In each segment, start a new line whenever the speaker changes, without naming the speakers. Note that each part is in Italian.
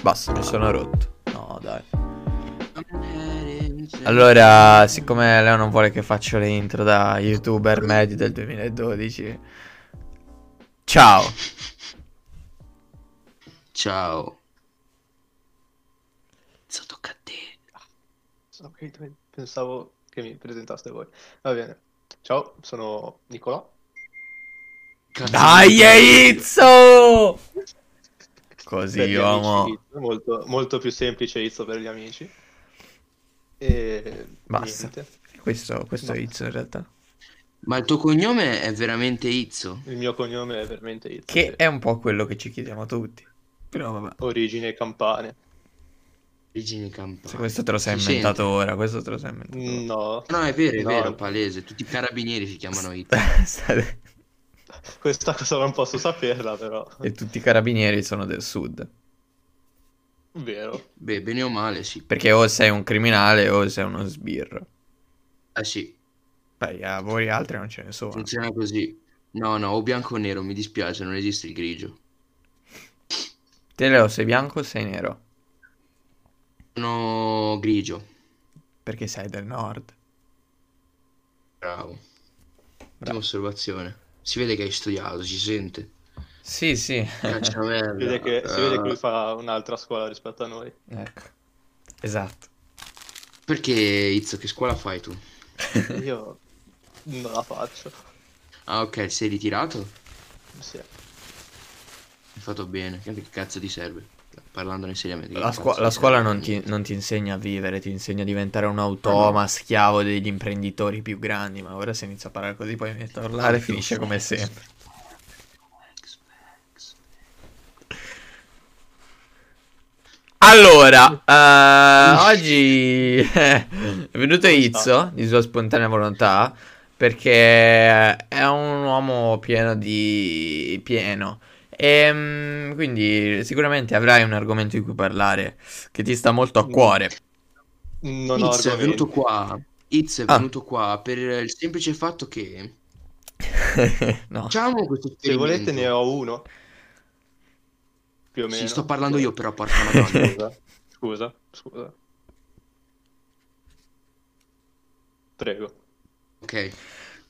Basta, mi sono rotto. No, dai. Allora, siccome Leo non vuole che faccio le intro da youtuber medio del 2012. Ciao.
Ciao. Sto tocca a te.
Ok, pensavo che mi presentaste voi. Va bene. Ciao, sono Nicolò.
Cazzo,
Dai,
mi-
Izzo!
Per
Così,
gli
uomo.
amici Izzo, molto, molto più semplice Izzo per gli amici. E
Basta.
niente.
Questo, questo è
No.
Izzo in realtà.
Ma il tuo cognome è veramente Izzo?
Il mio cognome è veramente Izzo. cioè, sì.
Che è un po' quello che ci chiediamo tutti. Però vabbè.
Origine campane.
Origine Campana.
Se questo te lo sei
Si Mm.
inventato ora, questo te lo sei inventato. ora.
No,
No, è vero, è
No.
vero, palese. Tutti i carabinieri si chiamano Izzo.
State-
questa cosa non posso saperla, però.
e tutti i carabinieri sono del sud.
Vero.
Beh, bene o male, sì.
Perché o sei un criminale o sei uno sbirro.
Eh sì,
Beh, a voi altri non ce ne sono.
funziona così. No, no, o bianco o nero, mi dispiace, non esiste il grigio.
Te Leo sei bianco o sei nero?
Sono grigio.
Perché sei del nord.
Bravo. Ottima osservazione. Si vede che hai studiato, si sente.
Sì, sì.
Cacciamerda.
Si vede che, si vede che lui
Eh,
fa un'altra scuola rispetto a noi.
ecco. Esatto.
Perché, Izzo, che scuola fai tu?
Io non la faccio.
Ah, ok, sei ritirato? Hai
Sì.
fatto bene. Che che cazzo ti serve? Parlandone seriamente. che
La,
cazzo
scu-
ti
la scuola
serve? Ah,
non ti, non ti insegna a vivere, ti insegna a diventare un automa, schiavo degli imprenditori più grandi. Ma ora se inizia a parlare così poi mi metto a urlare e finisce come sempre. Allora, eh, oggi eh, è venuto Izzo di sua spontanea volontà perché è un uomo pieno di... pieno. E mm, quindi sicuramente avrai un argomento di cui parlare che ti sta molto
Mm.
a cuore.
Non ho
Izzo è
argomenti.
venuto qua. Izzo è
Ah.
venuto qua per il semplice fatto che.
no.
Facciamo questo
Se volete ne
esperimento.
ho uno. Più o
Sì,
meno.
sto parlando io, però, porca madonna.
Scusa, scusa, scusa. Prego.
ok.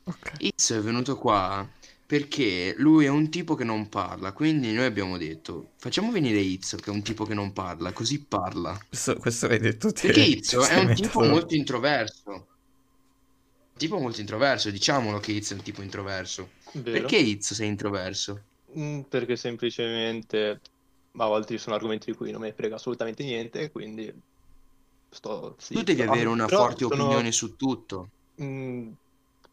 Ok.
Izzo è venuto qua perché lui è un tipo che non parla, quindi noi abbiamo detto facciamo venire Izzo che è un tipo che non parla, così parla.
Questo, questo l'hai detto te.
Perché Izzo
Stai
è un
mettendo-
tipo molto introverso. Un tipo molto introverso, diciamolo che Izzo è un tipo introverso.
Vero?
Perché Izzo sei introverso?
Mm, Perché semplicemente a volte ci sono argomenti di cui non mi frega assolutamente niente, quindi sto
Tu
zitto.
devi avere una
ah, Però
forte
sono-
opinione su tutto.
Mm,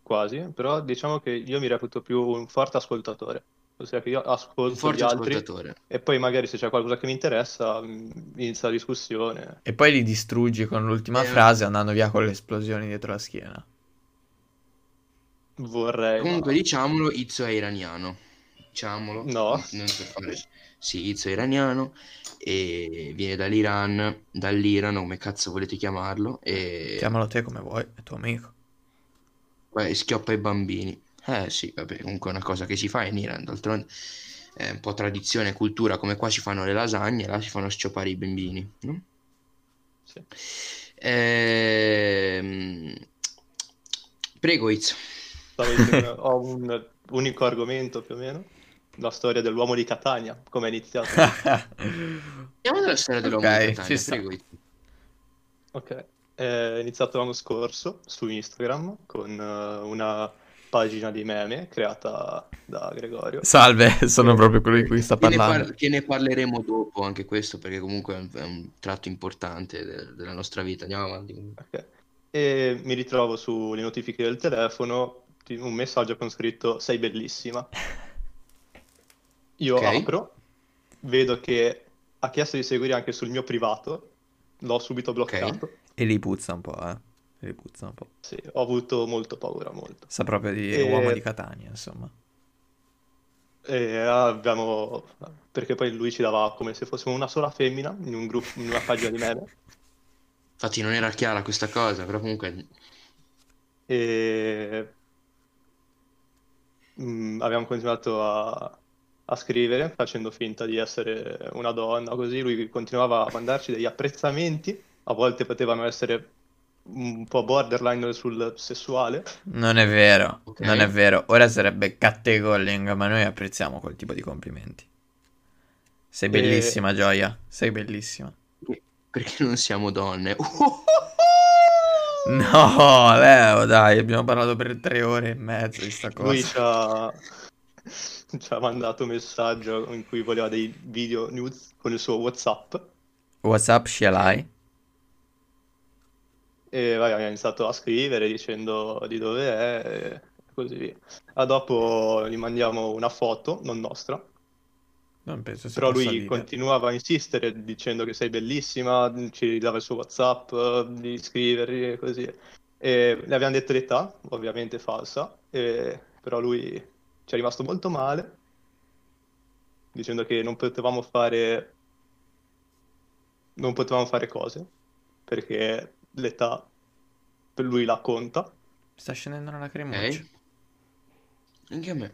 quasi, però diciamo che io mi reputo più un forte ascoltatore, ossia che io ascolto
Un forte
gli altri
ascoltatore.
e poi magari se c'è qualcosa che mi interessa mm, inizia la discussione.
E poi li distruggi con l'ultima
Eh.
frase andando via con le esplosioni dietro la schiena.
Vorrei, ma-
Comunque diciamolo, Izzo è iraniano. Diciamolo.
No.
Non per fare- Sì, Izzo è iraniano e viene dall'Iran, dall'Iran, o come cazzo volete chiamarlo, e
Chiamalo te come vuoi, è tuo amico.
beh, schioppa i bambini. Eh sì, vabbè, comunque è una cosa che si fa in Iran, d'altronde è un po' tradizione e cultura, come qua si fanno le lasagne, là si fanno scioppare i bambini, no?
sì.
Ehm, Prego Izzo.
Stavo dicendo, ho un unico argomento più o meno, la storia dell'uomo di Catania, come è iniziato.
Andiamo nella storia dell'uomo
Ok,
di
ci
Catania,
sta.
prego Izzo.
Ok, è iniziato l'anno scorso su Instagram con eh, una pagina di meme creata da Gregorio.
Salve, sono proprio quello di cui sta
Che ne,
parlando.
par- che ne parleremo dopo anche questo perché comunque è un, è un tratto importante de- della nostra vita. Andiamo avanti.
Ok. E mi ritrovo sulle notifiche del telefono ti- un messaggio con scritto sei bellissima. Io
Ok.
apro, vedo che ha chiesto di seguire anche sul mio privato, l'ho subito bloccato.
E li puzza un po', eh. E li puzza un po'.
Sì, ho avuto molto paura, molto.
Sa proprio di
Eh.
E-
uomo di Catania, insomma.
E abbiamo... perché poi lui ci dava come se fossimo una sola femmina in un gruppo, in una pagina di meme.
Infatti non era chiara questa cosa, però comunque
E... mm, abbiamo continuato a a scrivere facendo finta di essere una donna, così lui continuava a mandarci degli apprezzamenti, a volte potevano essere un po' borderline sul sessuale.
Non è vero,
Ok.
non è vero. Ora sarebbe catcalling, ma noi apprezziamo quel tipo di complimenti. Sei
Eh.
E-
bellissima, Gioia. Sei bellissima.
Perché non siamo donne?
No, Leo, dai, abbiamo parlato per tre ore e mezzo di sta
Lui
cosa.
ci ha... ci ha mandato un messaggio in cui voleva dei video nudes con il suo WhatsApp
What's up, Shialai?
e vabbè, abbiamo iniziato a scrivere dicendo di dove è e così via. A dopo gli mandiamo una foto, non nostra,
Non penso si
Però
possa
lui
dire.
continuava a insistere dicendo che sei bellissima, ci dava il suo WhatsApp, eh, di scrivergli e così. E le abbiamo detto l'età, ovviamente falsa, e- però lui ci è rimasto molto male, dicendo che non potevamo fare, non potevamo fare cose, perché l'età per lui la conta.
Sta scendendo una cremuccia.
ok. Anche a me.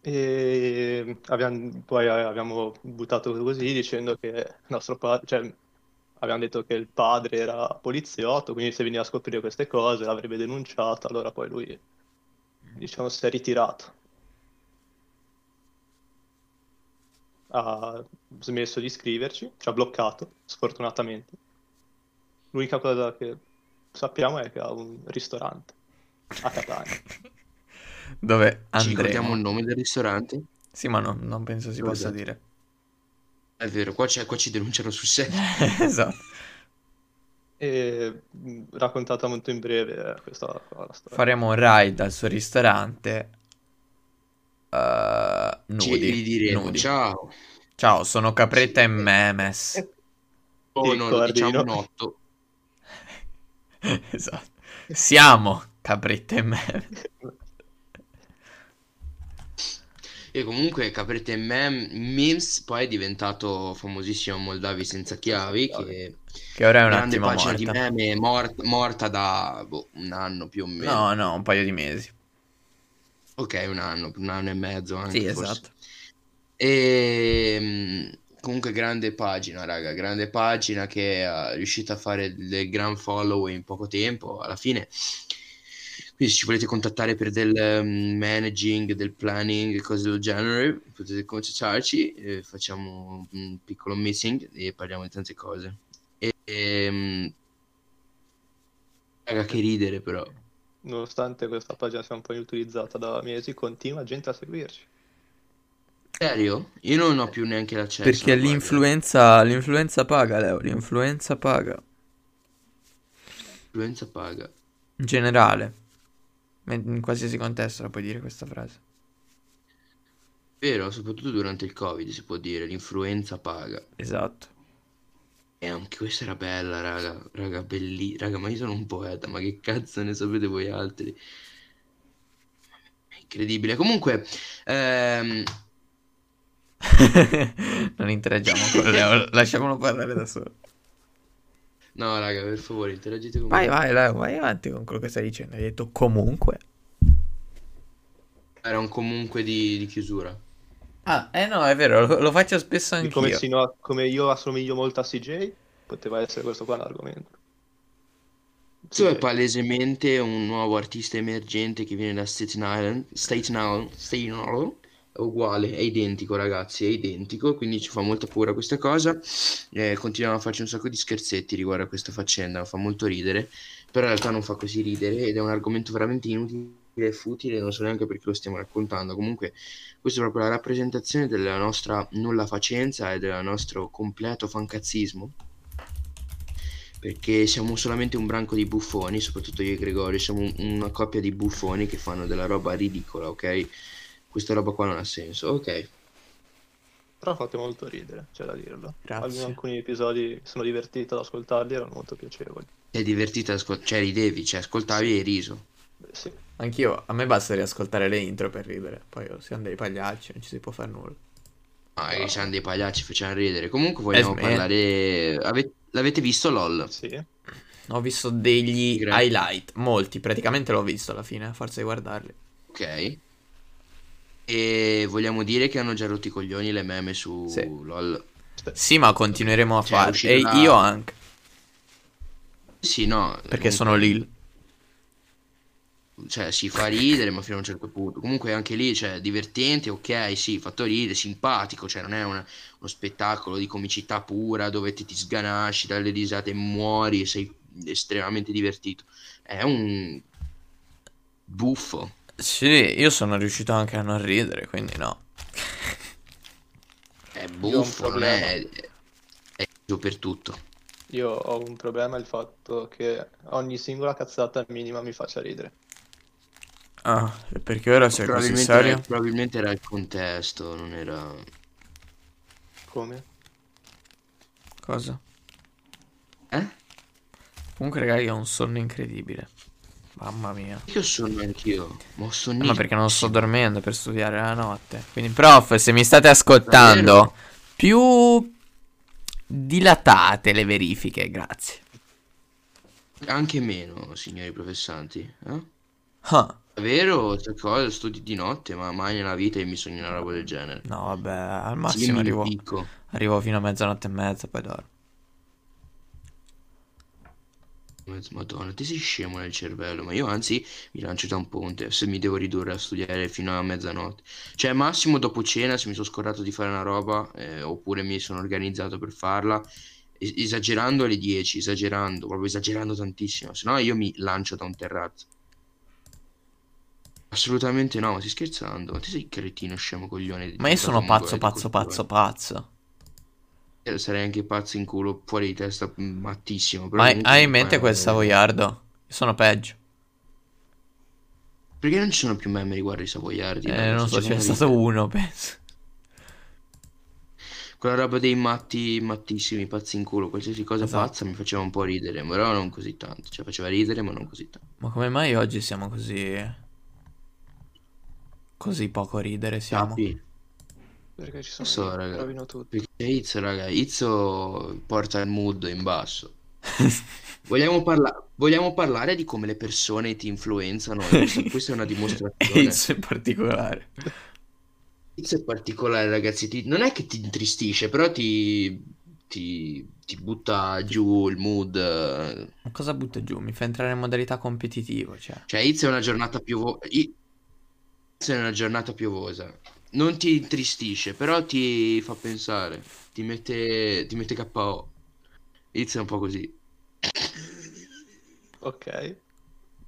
E abbiamo, poi eh, abbiamo buttato così dicendo che il nostro padre, cioè, abbiamo detto che il padre era poliziotto, quindi se veniva a scoprire queste cose l'avrebbe denunciato, allora poi lui, diciamo, si è ritirato. Ha smesso di scriverci, ci ha bloccato, sfortunatamente. L'unica cosa che sappiamo è che ha un ristorante a Catania.
Dove
Ci ricordiamo
andremo?
il nome del ristorante?
Sì, ma no, non penso si
Dove
possa
andate?
dire.
È vero, qua, c'è- qua ci denunciano sul serio.
Esatto.
E mh, raccontata molto in breve eh, questa qua, la storia.
Faremo un ride al suo ristorante. eh,
Ci-
nudi,
gli diremo
nudi.
ciao.
Ciao, sono Capretta
Sì.
e Memes.
Oh, no, lo
ricordi,
diciamo
no?
un otto.
Esatto. Siamo Capretta e Memes.
E comunque Caprette Mem Memes poi è diventato famosissimo Moldavi senza chiavi, che
Che ora è un
grande
attimo
pagina di
morta.
meme mor- morta da boh, un anno più o meno.
No, no, un paio di mesi.
Ok, un anno, un anno e mezzo anche
Sì,
forse.
esatto.
E Ehm, comunque grande pagina, raga, grande pagina che eh, è riuscita a fare del gran follow in poco tempo, alla fine. Quindi se ci volete contattare per del ehm, managing, del planning, cose del genere, potete contattarci, eh, facciamo un piccolo meeting e parliamo di tante cose. E, ehm, raga, che ridere però.
Nonostante questa pagina sia un po' inutilizzata da mesi, continua gente a seguirci.
Serio? Io non ho più neanche l'accesso.
Perché
guarda.
l'influenza, l'influenza paga, Leo. L'influenza paga.
L'influenza paga.
In generale. Ma In qualsiasi contesto la puoi dire questa frase.
Vero, soprattutto durante il Covid si può dire, l'influenza paga.
Esatto.
E anche questa era bella, raga, raga, belli, raga, ma io sono un poeta, ma che cazzo ne sapete voi altri? È incredibile. Comunque, ehm,
non interagiamo con Leo. Lasciamolo parlare da solo.
no, raga, per favore, interagite con
Vai,
me.
vai, Leo, vai avanti con quello che stai dicendo. Hai detto comunque.
Era un comunque di, di chiusura.
Ah, eh no, è vero, lo, lo faccio spesso
Di
anch'io.
come, sino- come io assomiglio molto a CJ, poteva essere questo qua l'argomento.
Questo è
CJ.
palesemente un nuovo artista emergente che viene da Staten Island, Staten Island, Staten Island, è uguale, è identico ragazzi, è identico, quindi ci fa molta paura questa cosa, Eh, continuiamo a farci un sacco di scherzetti riguardo a questa faccenda, fa molto ridere, però in realtà non fa così ridere ed è un argomento veramente inutile e futile, non so neanche perché lo stiamo raccontando, comunque questa è proprio la rappresentazione della nostra nulla facenza e del nostro completo fancazzismo perché siamo solamente un branco di buffoni, soprattutto io e Gregorio, siamo un- una coppia di buffoni che fanno della roba ridicola, ok? Questa roba qua non ha senso, ok?
Però fate molto ridere, c'è da dirlo.
Grazie.
Almeno alcuni episodi mi sono divertito ad ascoltarli, erano molto piacevoli.
È divertita, ascol- cioè ridevi, cioè ascoltavi e hai riso.
Beh, sì.
Anch'io, a me basta riascoltare le intro per ridere. Poi oh, siamo dei pagliacci, non ci si può fare nulla.
Ma che siamo dei pagliacci, facciamo ridere. Comunque vogliamo
sm-
parlare... ave- L'avete visto LOL?
Sì.
Ho visto degli
Grazie.
highlight, molti, praticamente l'ho visto alla fine, a forza di guardarli.
Ok. E vogliamo dire che hanno già rotto i coglioni le meme su
Sì.
LOL.
Cioè,
Sì, ma continueremo a
Cioè,
fare.
uscirà-
E io anche,
Sì, no.
perché
comunque-
sono Lil.
Cioè, si fa ridere, ma fino a un certo punto. Comunque anche lì, cioè, divertente, ok, sì, fatto ridere, simpatico, cioè non è una- uno spettacolo di comicità pura dove ti, ti sganasci dalle risate e muori e sei estremamente divertito. È un buffo.
Sì, io sono riuscito anche a non ridere, quindi no.
È
Io ho un
buffo, non è... È uso per tutto.
Io ho un problema il fatto che ogni singola cazzata minima mi faccia ridere.
Ah, perché ora sei così
Probabilmente
serio?
era, probabilmente era il contesto, non era...
Come?
Cosa?
Eh?
Comunque, ragazzi, ho un sonno incredibile. Mamma mia.
Io sono anch'io, ma ho
Eh,
sonnino.
Ma perché non sto dormendo per studiare la notte. Quindi, prof, se mi state ascoltando, più dilatate le verifiche, grazie.
Anche meno, signori professanti. Eh?
Ah,
Davvero, questa cosa, studi di notte, ma mai nella vita io mi sogno una roba del genere.
no, vabbè, al
Sì, io
massimo
mi
arrivo,
impicco.
arrivo fino a mezzanotte e mezza, poi dormo.
Madonna, ti sei scemo nel cervello, ma io anzi mi lancio da un ponte se mi devo ridurre a studiare fino a mezzanotte. Cioè, massimo dopo cena, se mi sono scordato di fare una roba, eh, oppure mi sono organizzato per farla, es- esagerando alle 10, esagerando, proprio esagerando tantissimo, se no io mi lancio da un terrazzo. Assolutamente no, ma stai scherzando? Ma ti sei cretino scemo coglione.
Ma io sono pazzo,
diventato
pazzo,
mongolo,
pazzo, pazzo.
eh, Sarei anche pazzo in culo, fuori di testa, mm, mattissimo. però
Ma hai,
comunque
hai in
mi
mente
fai
quel
una-
savoiardo? Io sono peggio.
Perché non ci sono più meme riguardo i savoiardi?
Eh, non so, ce n'è
c'è
stato uno, penso.
Quella roba dei matti, mattissimi, pazzi in culo, qualsiasi cosa
Esatto.
pazza mi faceva un po' ridere, però non così tanto. Cioè, faceva ridere, ma non così tanto.
Ma come mai oggi siamo così... Così poco ridere siamo?
Capi?
Perché ci
Lo
sono
so,
io,
raga.
rovino tutto.
Perché Izzo, raga, Izzo porta il mood in basso. Vogliamo, parla- vogliamo parlare di come le persone ti influenzano? Questa- Questa è una
E
dimostrazione.
Izzo in particolare.
Pizza è particolare, ragazzi. ti- non è che ti intristisce, però ti, ti, ti butta giù il mood. eh.
Ma cosa butta giù? Mi fa entrare in modalità competitivo, cioè.
Cioè, Izzo è una giornata piovosa. è una giornata piovosa. Non ti intristisce, però ti fa pensare. Ti mette, ti mette KO. Izzo è un po' così.
Ok.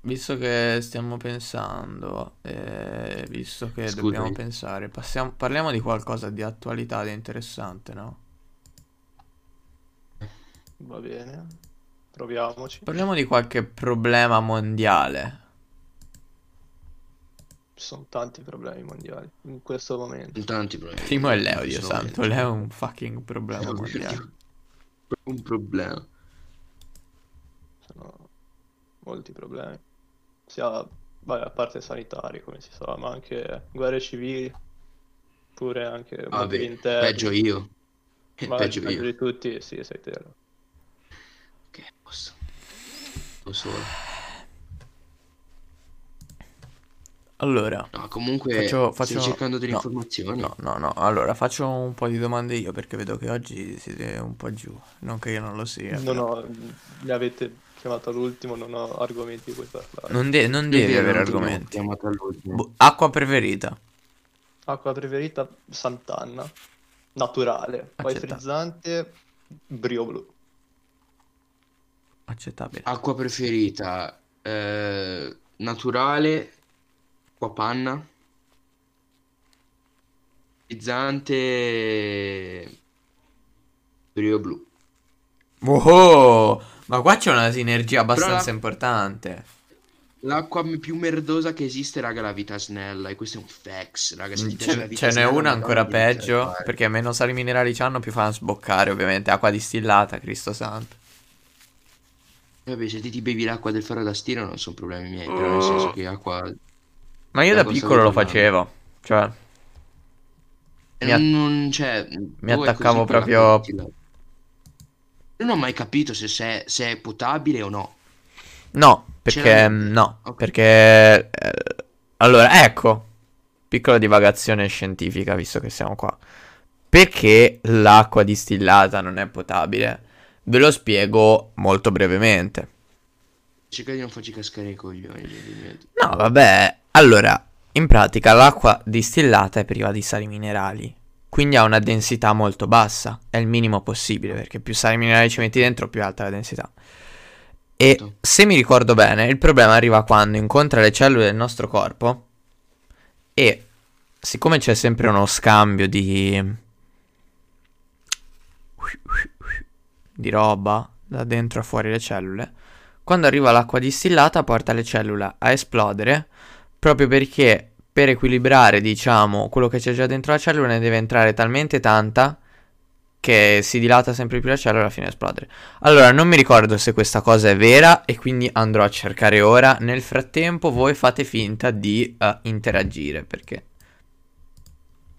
Visto che stiamo pensando, eh, visto che
Scusami.
dobbiamo pensare, passiamo- parliamo di qualcosa di attualità, di interessante, no?
Va bene, proviamoci.
Parliamo di qualche problema mondiale.
Ci sono tanti problemi mondiali in questo momento.
Sono tanti problemi.
Primo è Leo, Dio
Sono-
santo, Leo è un fucking problema
Leo,
mondiale.
Dio. Un problema. Mm.
Sono molti problemi. Sia, vabbè, a parte sanitari, come si sa, ma anche guerre civili, pure anche
Vabbè,
motivi interni.
peggio io. Eh,
Ma
peggio
peggio
io.
di tutti, sì, sei te.
Che posso. Non solo.
Allora,
No, comunque
Faccio-
stai
faccio-
cercando delle
no,
informazioni.
no, no, no, allora faccio un po' di domande io perché vedo che oggi siete un po' giù. Non che io non lo sia,
Non
però.
ho, mi avete chiamato all'ultimo, non ho argomenti di cui parlare.
Non, de- non
È
devi
vero,
avere
non ti abbiamo
argomenti.
chiamato all'ultimo.
Boh, acqua preferita.
Acqua preferita, Sant'Anna, naturale, poi
Accetta.
frizzante, Brio Blu.
Accettabile.
Acqua preferita, eh, naturale, acqua panna, frizzante, brio blu.
Oh, ma qua c'è una sinergia abbastanza
la-
importante.
L'acqua m- più merdosa che esiste, raga, è la vita snella. E questo è un fax, raga. Se ti piace la
Mm, Ce,
vita
ce n'è
snella,
una
Madonna,
ancora
devi iniziare a
peggio,
fare.
perché meno sali minerali c'hanno, più fanno sboccare, ovviamente. Acqua distillata, Cristo santo.
Vabbè, se ti, ti bevi l'acqua del ferro da stiro non sono problemi miei, però nel senso che acqua...
Ma io da
L'acqua
piccolo lo
salutare.
facevo. Cioè, Mi att-
non, cioè,
mi
tu è
attaccavo
così con
proprio-
l'acqua distillata. Non ho mai capito se, se- se è potabile o no.
no, perché
l'avete?
no,
Ok.
perché eh, allora, ecco. Piccola divagazione scientifica, visto che siamo qua. Perché l'acqua distillata non è potabile? Ve lo spiego molto brevemente.
Cerca Cioè, di non farci cascare i coglioni. cioè, ovviamente.
No, vabbè. Allora, in pratica l'acqua distillata è priva di sali minerali, quindi ha una densità molto bassa, è il minimo possibile, perché più sali minerali ci metti dentro, più è alta la densità. E
Certo.
se mi ricordo bene, il problema arriva quando incontra le cellule del nostro corpo e siccome c'è sempre uno scambio di di roba da dentro a fuori le cellule, quando arriva l'acqua distillata porta le cellule a esplodere proprio perché per equilibrare, diciamo, quello che c'è già dentro la cellula ne deve entrare talmente tanta che si dilata sempre più la cellula e alla fine esplodere. Allora, non mi ricordo se questa cosa è vera e quindi andrò a cercare ora. Nel frattempo voi fate finta di eh, interagire perché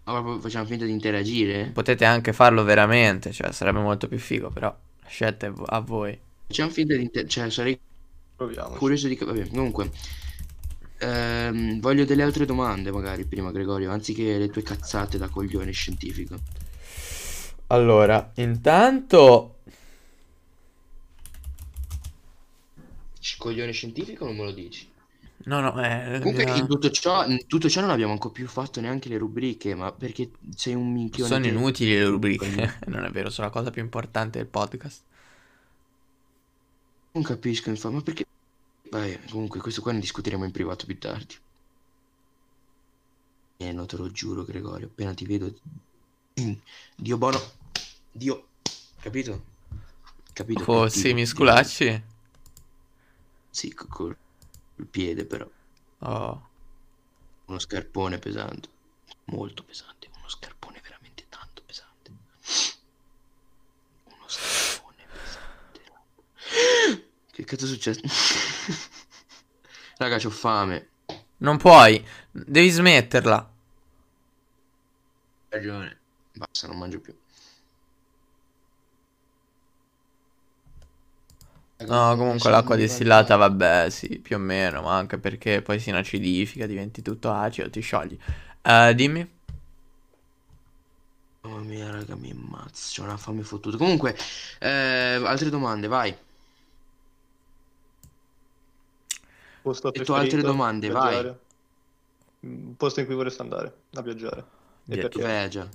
Ah, proprio facciamo finta di interagire?
potete anche farlo veramente, cioè sarebbe molto più figo, però la scelta è vo- a voi.
Facciamo finta di interagire. Cioè, sarei
Proviamo.
curioso di capire. Comunque, ehm, voglio delle altre domande, magari prima, Gregorio, anziché le tue cazzate da coglione scientifico.
Allora, intanto
Sci- Coglione scientifico non me lo dici?
No, no, eh,
Comunque,
eh,
in tutto ciò, in tutto ciò non abbiamo ancora più fatto neanche le rubriche, ma perché sei un minchione.
sono
te.
inutili le
Coglione.
rubriche. non è vero, sono la cosa più importante del podcast.
Non capisco, infatti, ma perché... Vabbè, comunque, questo qua ne discuteremo in privato più tardi. Eh, no, te lo giuro, Gregorio, appena ti vedo... Dio buono. Dio. Capito? Capito?
Oh,
cattivo.
sì, mi sculacci?
Sì, co- col col piede, però.
Oh,
Uno scarpone pesante. Molto pesante. Uno scarpone veramente tanto pesante. Uno scarpone pesante. Che cazzo è successo? Raga, c'ho fame.
non puoi, devi smetterla.
Hai ragione. Basta, non mangio più.
No, comunque l'acqua distillata, vabbè, sì, più o meno, ma anche perché poi si inacidifica, diventi tutto acido, ti sciogli. Eh, dimmi.
Mamma Oh, mia, raga, mi ammazzo. C'ho una fame fottuta. Comunque, eh, altre domande, vai.
Posto
E tu altre
preferito,
domande,
viaggiare.
vai.
Mm, Posto in cui vorresti andare a viaggiare. E
Via-
perché?
Dov'è già?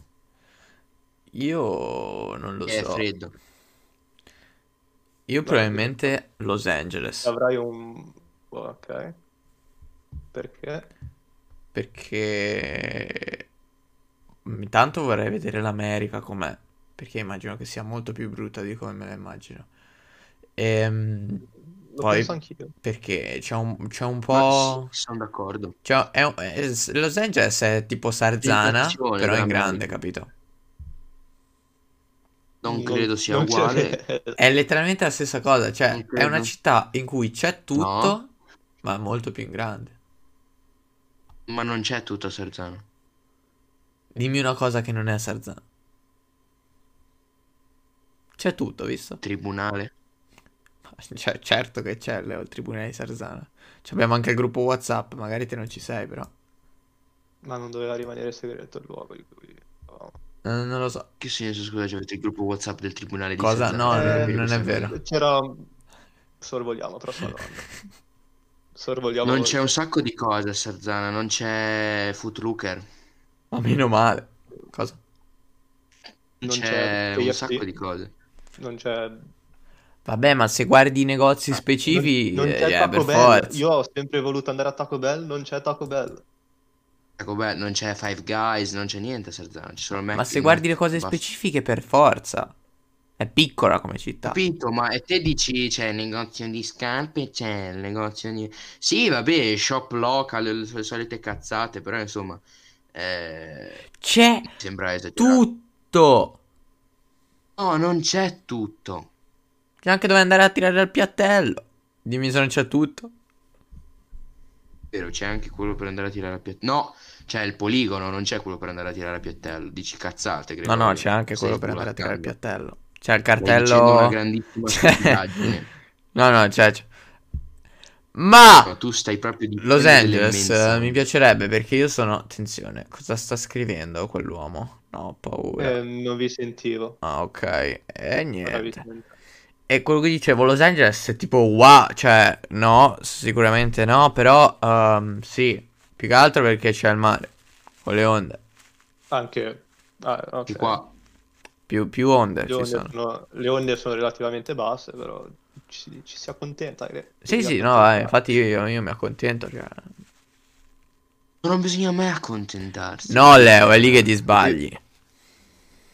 Io non lo
Che È
so.
freddo.
Io probabilmente Los Angeles,
Avrai un... Ok. Perché?
perché intanto vorrei vedere l'America com'è, perché immagino che sia molto più brutta di come me la immagino. Ehm,
Lo
Poi-
penso anch'io.
perché c'è un, c'è un
Ma
po'...
sì, sono d'accordo.
c'è- Cioè, è un- è- s- Los Angeles è tipo Sarzana,
Filtrazione
però in
dell'America.
grande, capito?
Non credo sia
Mm. non ce
uguale.
n'è.
È letteralmente la stessa cosa, cioè
Non
è una
credo.
città in cui c'è tutto, ma è molto più in grande.
Ma non c'è tutto a Sarzano.
Dimmi una cosa che non è Sarzana. C'è tutto, visto?
Tribunale.
Cioè, certo che c'è Leo, il tribunale di Sarzana. Ci abbiamo anche il gruppo WhatsApp, magari te non ci sei, però.
Ma non doveva rimanere segreto il luogo di cui... oh.
Eh, non lo so.
Che senso, scusa, c'è il gruppo WhatsApp del tribunale di
Cosa?
Sarzano?
No,
Eh,
Non
non-
capisco
non è
questa cosa.
vero.
C'era... Sorvoliamo, troppa domanda. Sorvoliamo...
Non c'è un sacco di cose a Sarzana, non c'è Footlooker,
Ma meno male. Cosa?
non
Non
c'è
c'è
un
KFC.
sacco di cose.
Non c'è...
Vabbè, ma se guardi i negozi
Ah,
specifici,
non, non c'è
eh,
Taco
per
Bell.
forza.
Io ho sempre voluto andare a Taco Bell, non c'è Taco Bell.
Ecco, beh, non c'è Five Guys, non c'è niente a Sarzana, ci sono
Ma se guardi le cose specifiche, per forza. È piccola come città.
Capito, ma e te dici c'è il negozio di scarpe, c'è il negozio di... Sì, vabbè, shop local, le, le solite cazzate, però insomma... Eh,
C'è
mi sembra esagerato.
tutto.
No, non c'è tutto.
C'è anche dove andare a tirare al piattello. Dimmi se non c'è tutto.
Vero, c'è anche quello per andare a tirare a piattello. No, c'è il poligono, non c'è quello per andare a tirare a piattello. Dici cazzate,
No,
Gregorio.
no, c'è anche
Stai
quello per andare a tirare il
sbulattando.
piattello. C'è il
Stai dicendo una
cartello.
grandissima
Cioè-
stupidaggine.
No, no, c'è. c'è. Ma
No, Ah! tu stai proprio di
Los Angeles eh,
dell'immensa.
mi piacerebbe perché io sono... Attenzione, cosa sta scrivendo quell'uomo? No, ho paura.
Eh, non vi sentivo.
Ah, ok. E
Ora vi
niente.
sento.
E quello che dicevo, Los Angeles è tipo wow, cioè no, sicuramente no, però ehm, sì, più che altro perché c'è il mare, con le onde,
Anche ah, ok.
Che qua
più, più onde
Le
ci
onde
sono.
sono- le onde sono relativamente basse, però ci, ci si accontenta. cre-
Sì,
ci si
sì, no,
accontenta.
eh, infatti io, io mi accontento. cioè.
non bisogna mai accontentarsi.
No, Leo, è lì che ti sbagli.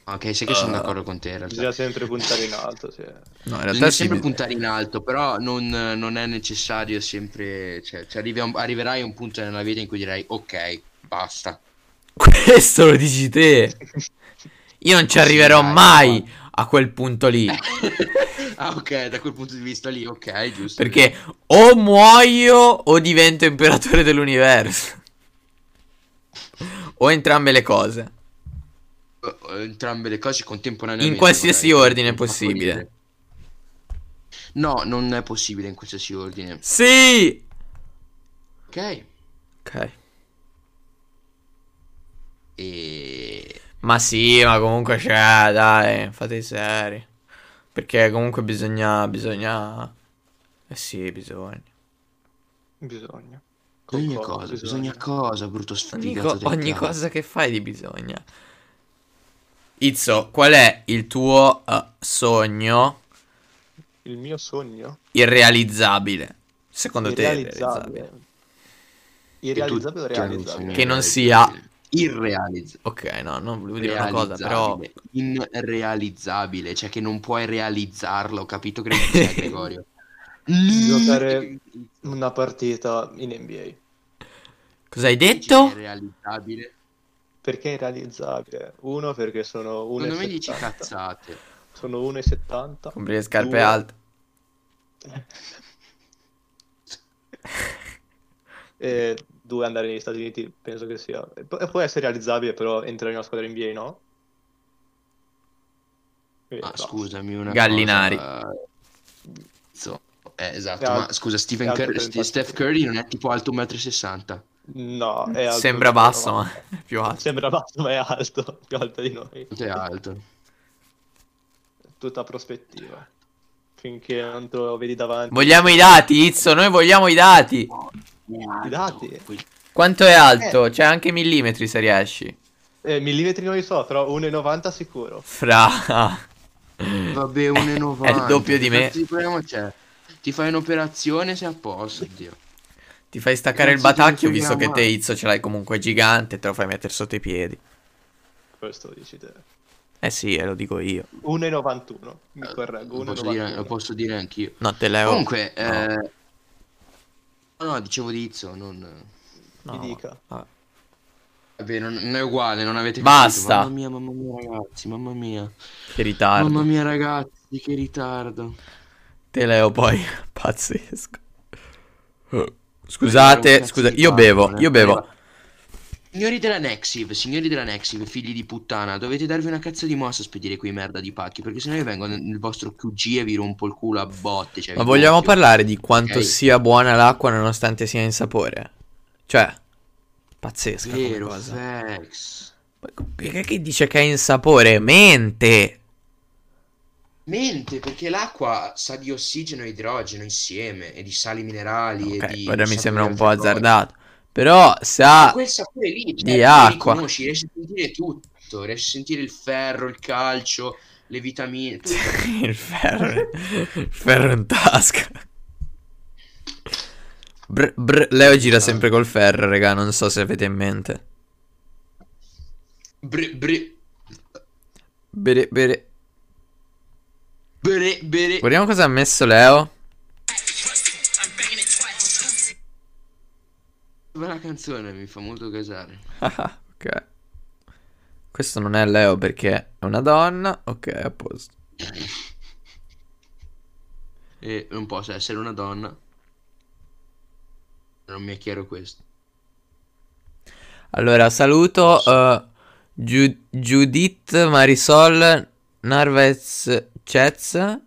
Ok, sai che
Ah.
sono d'accordo con te in realtà.
Bisogna sempre puntare in alto. sì. eh.
No, in
Bisogna
realtà sì,
sempre
bi-
puntare in alto, però non, non è necessario sempre. Cioè, cioè arrivi a un- arriverai a un punto nella vita in cui dirai ok, basta.
questo lo dici te. Io non ci
Sì,
arriverò
dai,
mai a quel punto lì,
ah, ok, da quel punto di vista lì, ok, giusto.
perché o muoio o divento imperatore dell'universo. O entrambe le cose.
Eh, entrambe le cose contemporaneamente.
In qualsiasi
magari.
ordine
Un po'
possibile.
ridere. No, non è possibile in qualsiasi ordine.
Sì!
Ok.
Ok.
E
Ma sì, ma comunque c'è, dai, fate i seri. Perché comunque bisogna, bisogna... Eh sì, bisogna.
Bisogna.
ogni
Concordo,
cosa, bisogna cosa, brutto
Ogni,
sfigato.
co-
del
ogni
cavolo.
cosa che fai ti bisogna. Izzo, qual è il tuo eh, sogno
Il mio sogno
irrealizzabile? Secondo te è
irrealizzabile. Irrealizzabile o
Tutti hanno un sogno
realizzabile?
Che non
irrealizzabile. Irrealizzabile.
Ok, no, non volevo dire una cosa, però...
Realizzabile. Inrealizzabile, cioè che non puoi realizzarlo, capito Gre- cioè, Gregorio?
Giocare- Una partita in NBA.
Cosa hai
Dici che è
detto?
realizzabile.
Perché è irrealizzabile? Uno, perché sono
Secondo me dici
1,70.
cazzate.
Sono 1,70.
Compri le scarpe
Due.
alte.
E due, andare negli Stati Uniti penso che sia... E pu- e può essere realizzabile, però entrare in una squadra NBA no? Eh,
Ma
no.
Ah, scusami una
Gallinari.
cosa, so- eh, esatto,
E al-
ma scusa, Stephen
e altro
Curry-
34.
Steph Curry non è tipo alto 1,60 m.
No, è alto
Sembra
di noi.
basso, ma è più alto.
Sembra basso, ma è alto, più alto di noi.
Quanto è alto?
Tutta prospettiva. Finché non te lo vedi davanti.
Vogliamo i dati, Izzo, noi vogliamo i dati.
I dati?
Quanto è alto?
Eh.
C'è anche i millimetri se riesci.
Eh, millimetri non li so, però 1,90 sicuro.
Fra.
Vabbè, 1,90.
È il doppio di me.
Cazzo problema c'è? Ti fai un'operazione sei a posto, oddio.
Ti fai staccare il
Cazzo, ti
batacchio
metti
visto
una
che te
mano.
Izzo ce l'hai comunque gigante, te lo fai mettere sotto i piedi.
Questo dici te.
Eh sì, eh, lo dico io.
1,91. Mi correggo.
Lo Eh, posso dire, lo
1,91.
posso dire anch'io.
No, te leo.
Comunque,
oh, no,
eh, no, no, dicevo di Izzo, non...
no.
mi dica.
Ah,
Vabbè, non, non è uguale, non avete
Basta.
capito. Mamma mia, mamma mia, ragazzi, mamma mia.
Che ritardo.
Mamma mia, ragazzi, che ritardo.
Te leo poi. Pazzesco.
Eh,
Scusate,
Cazzo
scusate,
di eh.
io
palle,
bevo,
non è
io bevo.
arrivato. Signori della Nexiv, signori della Nexiv, figli di puttana, dovete darvi una cazzo di mossa a spedire quei merda di pacchi, perché sennò io vengo nel nel vostro QG e vi rompo il culo a botte. Cioè
Ma
vi
vogliamo
gonfio.
parlare di quanto
Ok.
sia buona l'acqua nonostante sia insapore? Cioè, pazzesca come
Vero,
cosa.
facts.
Perché che dice che è insapore? Mente!
Mente, perché l'acqua sa di ossigeno e idrogeno insieme, e di sali minerali e
Ah, Ok,
di...
ora mi
sapori
sembra un
di
po'
altre cose.
azzardato. Però
Ma
sa...
quel sapore lì,
di
cioè, tu li
acqua.
riconosci, riesci a sentire tutto, riesci a sentire il ferro, il calcio, le vitamine, tutto.
il ferro. Il ferro in tasca. Br- br- Leo gira sempre col ferro, raga, non so se avete in mente.
Bre, bre,
Bere, bere.
bre, bre.
Guardiamo cosa ha messo Leo.
Bella canzone, mi fa molto casare.
Ah, ok. Questo non è Leo perché è una donna. Ok, a posto.
E non posso essere una donna. Non mi è chiaro questo.
Allora, saluto eh, Giu- Judith Marisol Narvez Cez. eh,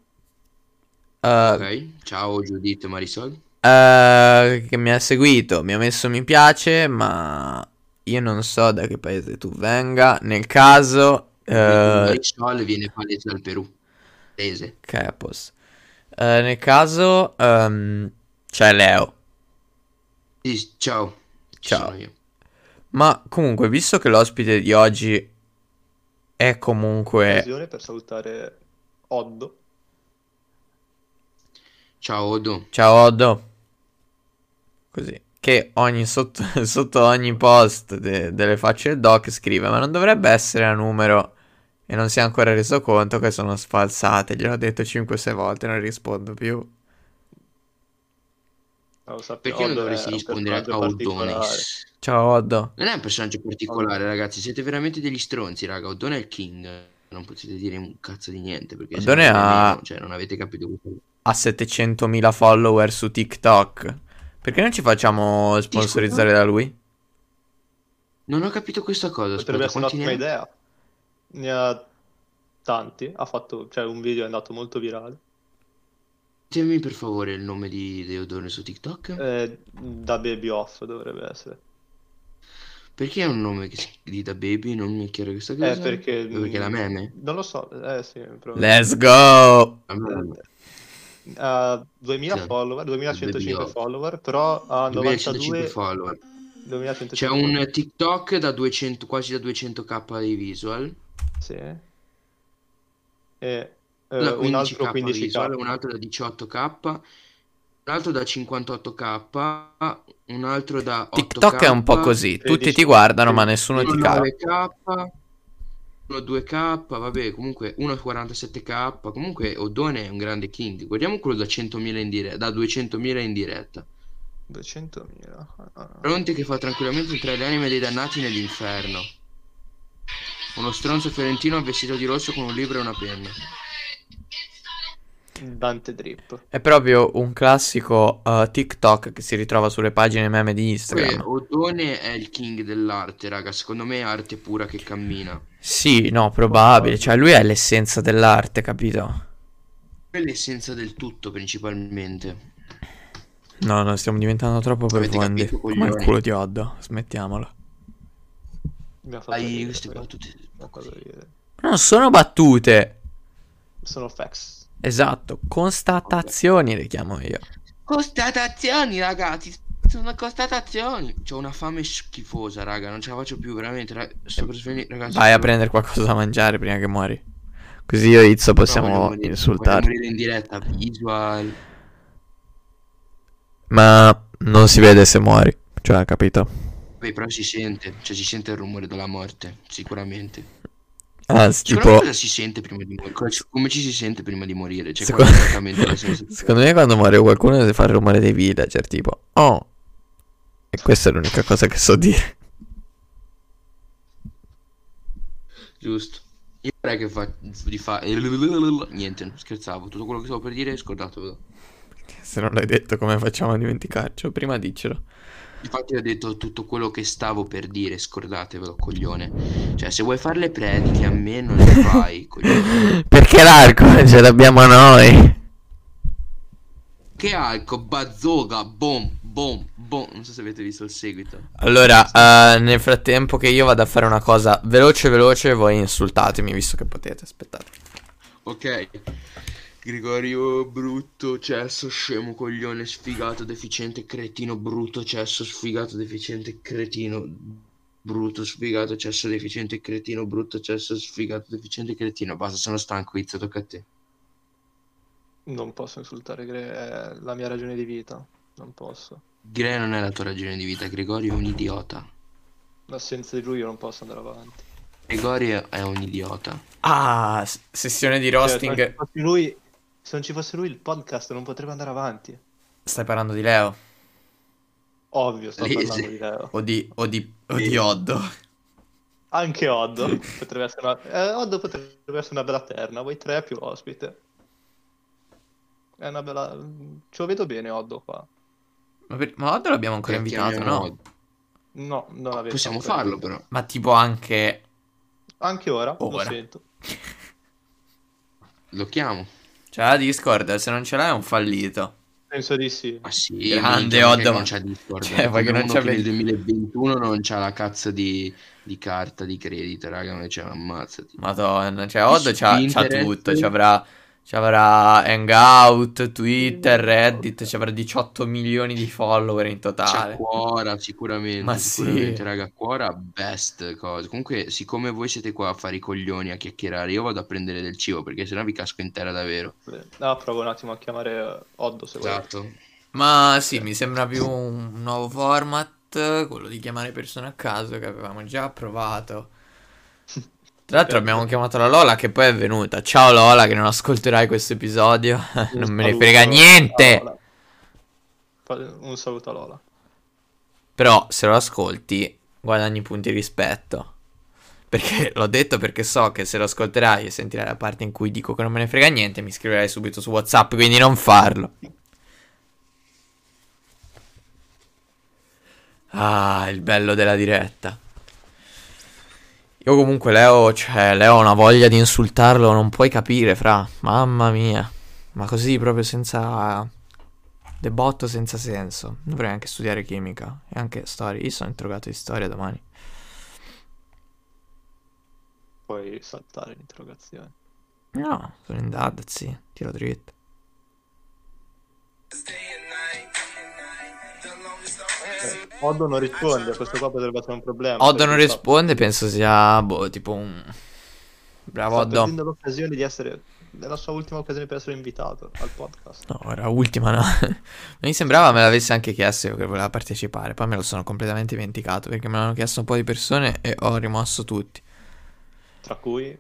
Ok, ciao Giuditto Marisol.
eh, che mi ha seguito, mi ha messo mi piace, ma io non so da che paese tu venga. Nel caso, eh,
Mariscial viene palese dal Perù. Palese.
che è a posto. Eh, nel caso, ehm, c'è Leo.
Sì, ciao. Ci
Ciao.
sono io.
Ma comunque, visto che l'ospite di oggi è comunque
Occasione per salutare Oddo.
Ciao Odo.
Ciao Oddo. Così. Che ogni sotto, sotto ogni post de- delle facce del doc scrive: Ma non dovrebbe essere a numero. E non si è ancora reso conto che sono sfalsate. Gliel'ho detto 5-6 volte, non rispondo più.
Non lo sappiamo,
Perché non
Oddo è
dovresti
un
rispondere a
personaggio particolare.
Odones?
Ciao Oddo.
Non è un personaggio particolare, ragazzi. Siete veramente degli stronzi, raga. Odone è il king. Non potete dire un cazzo di niente. Perché se
Oddone
no,
ha-
no, Cioè, non avete capito. questo.
Ha 700.000 follower su TikTok. Perché non ci facciamo sponsorizzare da lui?
Non ho capito questa cosa.
Potrebbe
Aspetta,
essere
quanti
un'ottima
ne ha?
idea. Ne ha tanti. Ha fatto, cioè, un video è andato molto virale.
Ditemi per favore il nome di, di Odone su TikTok.
Eh, da Baby Off dovrebbe essere.
Perché è un nome che si di da baby? Non mi è chiaro questa
Eh,
cosa.
perché...
Perché la meme?
Non lo so, eh sì, però-
Let's go!
La
Eh,
meme.
ha 2000
Sì.
follower, 2105
Baby Off.
follower, però ha
2105
92
follower.
2105.
C'è un TikTok da 200, quasi da 200k di visual.
Sì. E eh,
da
un altro
15K
15k.
visual, un altro da 18k, un altro da 58k, un altro da 8k.
TikTok è un po' così. Tutti
13,
ti guardano, ma nessuno ti
uno
caga.
9k, uno 2k, vabbè, comunque uno 47k. Comunque Odone è un grande king. Guardiamo quello da 100.000 in diretta, da 200.000 in diretta.
200.000. Ah, no.
Pronti che fa tranquillamente tra le anime dei dannati nell'inferno. Uno stronzo fiorentino vestito di rosso con un libro e una penna.
Dante Drip.
È proprio un classico eh, TikTok che si ritrova sulle pagine meme di
Poi
Instagram.
Odone è il king dell'arte, raga. Secondo me è arte pura che cammina.
Sì, no, probabile. Cioè, lui è l'essenza dell'arte, capito?
È l'essenza del tutto, principalmente.
No, no, stiamo diventando troppo
Avete
profondi.
capito,
Come il
coglioni?
culo di Oddo, smettiamolo.
Mi ha fatto
Hai
ridere
queste
quello.
battute.
Mi ha fatto ridere.
Non sono battute.
Sono facts.
Esatto, constatazioni le chiamo io.
Constatazioni, ragazzi. Sono constatazioni. C'ho una fame schifosa, raga. Non ce la faccio più, veramente. ra- Sto per svenire, ragazzi.
Vai a
sono-
prendere qualcosa da mangiare prima che muori. Così io e Izzo
No, voglio
possiamo
morire- voglio
insultarti.
morire in diretta, visual.
Ma non si vede se muori. Cioè, capito?
Beh, però si sente, cioè si sente il rumore della morte, sicuramente.
Anzi,
Secondo me
tipo...
cosa si sente prima di morire? Come- Come ci si sente prima di morire? Cioè,
Secondo-
qual è esattamente la sensazione?
Secondo me quando muore qualcuno deve fare il rumore dei villager, tipo oh. E questa è l'unica cosa che so dire.
Giusto. Io vorrei che fa... di fa... Niente, scherzavo. Tutto quello che stavo per dire, scordatevelo.
Se non l'hai detto, come facciamo a dimenticarcelo? Prima diccelo.
Infatti ho detto tutto quello che stavo per dire, scordatevelo, coglione. Cioè, se vuoi fare le prediche, a me non le fai, coglione.
Perché l'arco ce l'abbiamo noi.
Che alco, bazzoga, bom, bom, bom. Non so se avete visto il seguito.
Allora, eh, nel frattempo che io vado a fare una cosa veloce veloce, voi insultatemi visto che potete. Aspettate.
Ok. Gregorio brutto, cesso, scemo, coglione, sfigato, deficiente, cretino, brutto, cesso, sfigato, deficiente, cretino, brutto, sfigato, cesso, deficiente, cretino, brutto, cesso, sfigato, deficiente, cretino. Basta, sono stanco, Izzo, tocca a te.
Non posso insultare Gre- è la mia ragione di vita. Non posso.
Gre non è la tua ragione di vita, Gregorio è un idiota.
Ma senza di lui io non posso andare avanti.
Gregorio è un idiota.
Ah, s- sessione di
Cioè, se non
roasting.
ci fosse lui- se non ci fosse lui il podcast non potrebbe andare avanti.
Stai parlando di Leo?
Ovvio, sto
Lese.
parlando di Leo.
O di, o di, o di Oddo?
Anche Oddo potrebbe essere una... eh, Oddo potrebbe essere una bella terna, voi tre più ospite. È una bella... mm, Ce lo vedo bene Oddo qua.
Ma, per- ma Oddo l'abbiamo ancora invitato,
Chiamiamo-
no?
No, non avete
Ah, Possiamo
ancora
farlo,
detto.
però.
Ma tipo anche...
Anche ora, lo
Ora.
sento.
Lo chiamo.
C'è la Discord, se non ce l'hai è un fallito.
Eh, Penso di sì.
Ma sì,
Grande
minchia, ma che
Oddman.
non c'ha Discord.
Cioè, ma che non
Uno
c'ha
che nel
Discord.
2021 non c'ha la cazzo di, di carta di credito, raga, ma cioè, ammazzati.
Madonna, cioè Odd c'ha, c'ha
Pinterest.
tutto, ci avrà, ci avrà Hangout, Twitter, Reddit, ci avrà 18 milioni di follower in
C'ha
totale.
Quora sicuramente,
Ma
sicuramente,
sì.
raga, Quora best cosa. Comunque, siccome voi siete qua a fare i coglioni a chiacchierare, io vado a prendere del cibo perché sennò vi casco in terra davvero.
Ah, provo un attimo a chiamare eh, Oddo se vuoi.
Esatto.
Ma sì, mi sembra più un nuovo format, quello di chiamare persone a caso che avevamo già provato. Tra l'altro abbiamo chiamato la Lola che poi è venuta. Ciao Lola che non ascolterai questo episodio.
Un
Non me ne
saluto
frega
a
niente.
Lola. Fa- Un saluto a Lola.
Però se lo ascolti guadagni punti di rispetto. Perché l'ho detto perché so che se lo ascolterai e sentirai la parte in cui dico che non me ne frega niente, mi scriverai subito su WhatsApp, quindi non farlo. Ah, il bello della diretta. Io comunque Leo, cioè, Leo ha una voglia di insultarlo, non puoi capire, fra. Mamma mia. Ma così proprio senza... Debotto senza senso. Dovrei anche studiare chimica e anche storia. Io sono interrogato di storia domani.
Puoi saltare l'interrogazione.
No, sono in dad, sì, tiro dritto.
Eh, Oddo non risponde, questo qua potrebbe essere un problema.
Oddo non
perché sta-
risponde, penso sia boh, tipo un bravo
Sta
Oddo.
perdendo l'occasione di essere. È la sua ultima occasione per essere invitato al podcast.
No, era ultima, no. Mi sembrava me l'avesse anche chiesto io che voleva partecipare, poi me lo sono completamente dimenticato perché me l'hanno chiesto un po' di persone e ho rimosso tutti.
Tra cui.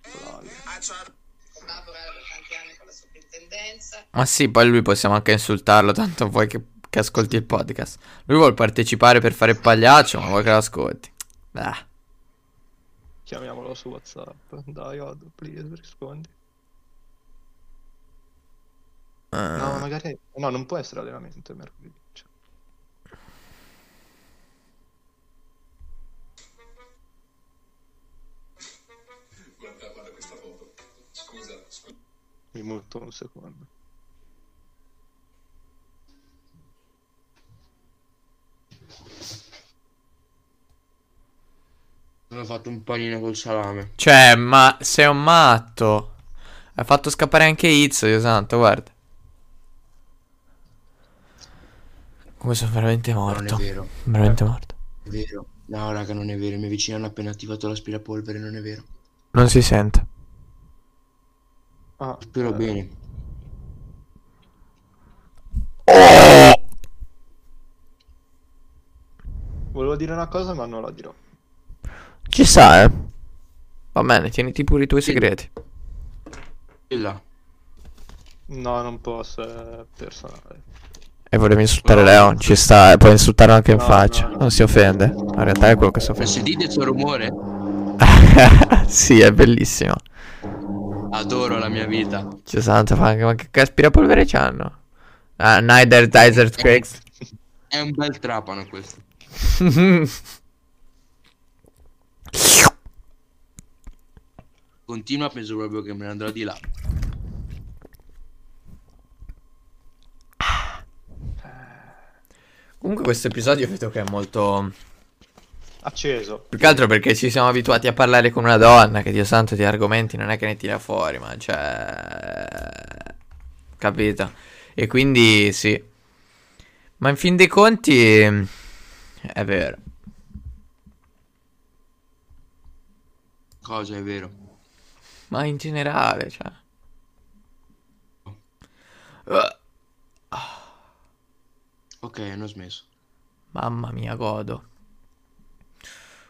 Flavio.
Lavorare per tanti anni con la soprintendenza.
Ma sì, poi lui possiamo anche insultarlo, tanto vuoi che, che ascolti il podcast. Lui vuole partecipare per fare il pagliaccio, ma vuoi che lo ascolti. Ah.
Chiamiamolo su WhatsApp. Dai, Oddo, please, rispondi. No, magari. No, non può essere allenamento il mercoledì. Cioè, mi muto un secondo.
Sono fatto un panino col salame.
Cioè, ma sei un matto. Hai fatto scappare anche Izzo, Dio santo, guarda. Come sono veramente
Non è
morto.
vero.
Veramente morto.
È Vero. No, raga, non è vero. I miei vicini hanno appena attivato l'aspirapolvere, non è vero.
Non si sente.
Ah,
Spero
eh,
bene.
Volevo dire una cosa, ma non la dirò.
Ci sa, eh. Va bene, tieniti pure i tuoi
Sì.
segreti.
E là.
No, non posso. È personale.
E volevi insultare
No.
Leon, ci sta, eh, puoi insultarlo anche in
No,
faccia.
no, no.
Non si offende. In realtà è quello che si
Ma
offende.
sentite il suo rumore?
sì, è bellissimo.
Adoro la mia vita.
Dio santo, fa anche, ma che aspirapolvere c'hanno? Ah, neither Desert Quakes.
È un bel trapano questo. Continua, penso proprio che me ne andrò di là.
Comunque questo episodio vedo che è molto...
Acceso.
Più che altro perché ci siamo abituati a parlare con una donna che Dio santo di argomenti non è che ne tira fuori, ma cioè... Capito? E quindi sì. Ma in fin dei conti... È vero.
Cosa è vero?
Ma in generale, cioè... Eh,
Ok, hanno smesso.
Mamma mia, godo.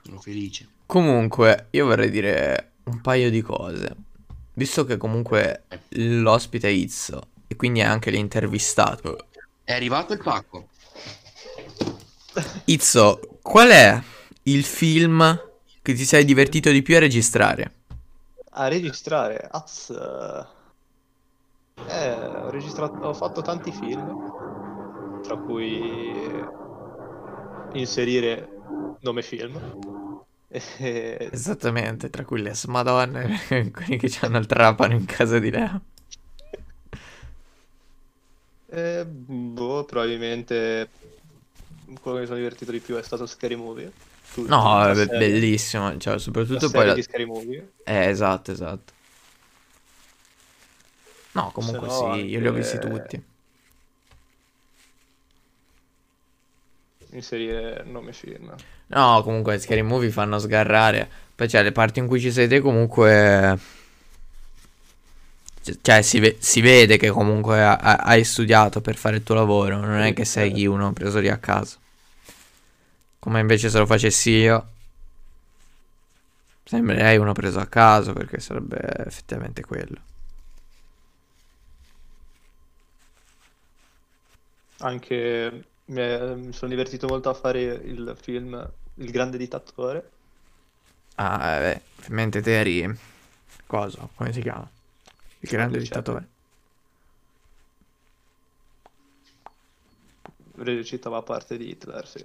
Sono felice.
Comunque, io vorrei dire un paio di cose. Visto che comunque l'ospite è Izzo e quindi è anche l'intervistato.
È arrivato il pacco.
Izzo, qual è il film che ti sei divertito di più a registrare?
A registrare. Az. Eh, ho registrato. Ho fatto tanti film. Tra cui. Inserire nome film. Eh, E-
Esattamente, tra cui le smadonne, quelli che hanno il trapano in casa di Leo.
Eh, Eh, boh, probabilmente quello che mi sono divertito di più è stato Scary Movie. Tutto,
No,
la
è be-
serie-
bellissimo. Cioè,
la
soprattutto poi
serie
la-
di Scary Movie.
Eh, esatto, esatto. No, comunque
no
sì, io li ho visti
anche-
tutti.
Inserire nome film.
No, comunque Scary Movie fanno sgarrare. Poi c'è le parti in cui ci sei te comunque... c- Cioè, si, ve- si vede che comunque ha- ha- hai studiato per fare il tuo lavoro, non è che sei chi uno preso lì a caso. Come invece se lo facessi io, sembrerei uno preso a caso perché sarebbe effettivamente quello.
Anche mi, è- mi sono divertito molto a fare il film Il grande dittatore.
Ah, eh, beh, ovviamente te eri... Cosa? Come si chiama? Il grande
Cioè,
dittatore.
Recitava parte di Hitler, sì.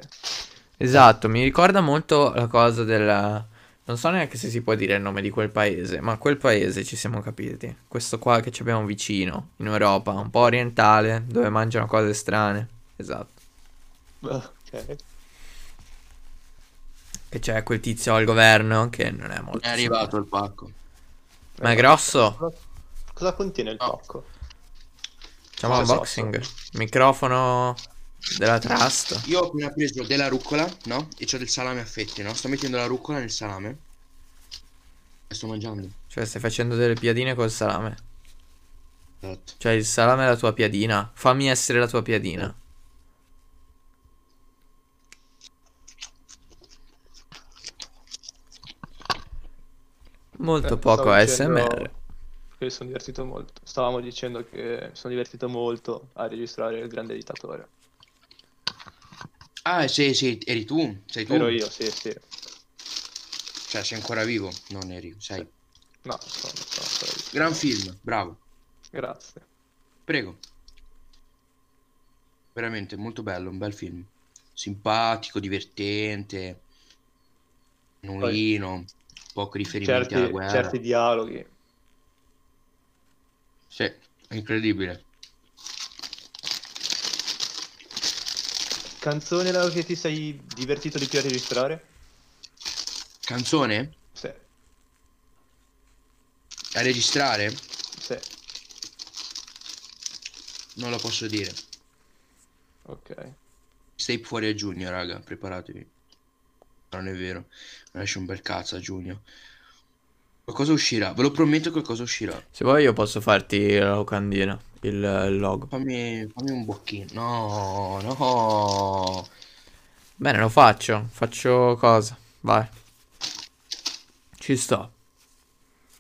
Esatto, mi ricorda molto la cosa della... Non so neanche se si può dire il nome di quel paese, ma quel paese ci siamo capiti. Questo qua che ci abbiamo vicino, in Europa, un po' orientale, dove mangiano cose strane. Esatto.
Ok.
Che c'è quel tizio al governo che non è molto...
È arrivato il pacco.
simpatico. Ma è grosso?
Cosa, cosa contiene il pacco?
Facciamo
Cosa so,
unboxing. Microfono della Trust.
Io ho appena preso della rucola, no? E c'ho del salame a fette, no? Sto mettendo la rucola nel salame. E sto mangiando.
Cioè, stai facendo delle piadine col salame.
Esatto.
Cioè, il salame è la tua piadina. Fammi essere la tua piadina. Molto
Eh,
poco
stavo dicendo
ASMR.
che mi sono divertito molto. Stavamo dicendo che mi sono divertito molto a registrare il grande dittatore.
Ah, sì, sì, eri tu. Sei tu.
Ero io, sì, sì.
Cioè, sei ancora vivo. Non eri, sai.
No, sono, sono ancora io.
Gran film, bravo.
Grazie.
Prego. Veramente molto bello, un bel film. Simpatico, divertente. Nuino. Poco riferimenti alla
Certi,
guerra.
certi dialoghi.
Sì, è incredibile.
Canzone la che ti sei divertito di più a registrare?
Canzone?
Sì,
A registrare?
sì.
Non lo posso dire.
Ok.
Stai fuori a giugno, raga, preparatevi. Non è vero. Non esce un bel cazzo a giugno. Qualcosa uscirà, ve lo prometto che qualcosa uscirà.
Se vuoi io posso farti la locandina, il, il logo.
Fammi, fammi un bocchino. No, no.
Bene, lo faccio. Faccio cosa? Vai. Ci sto.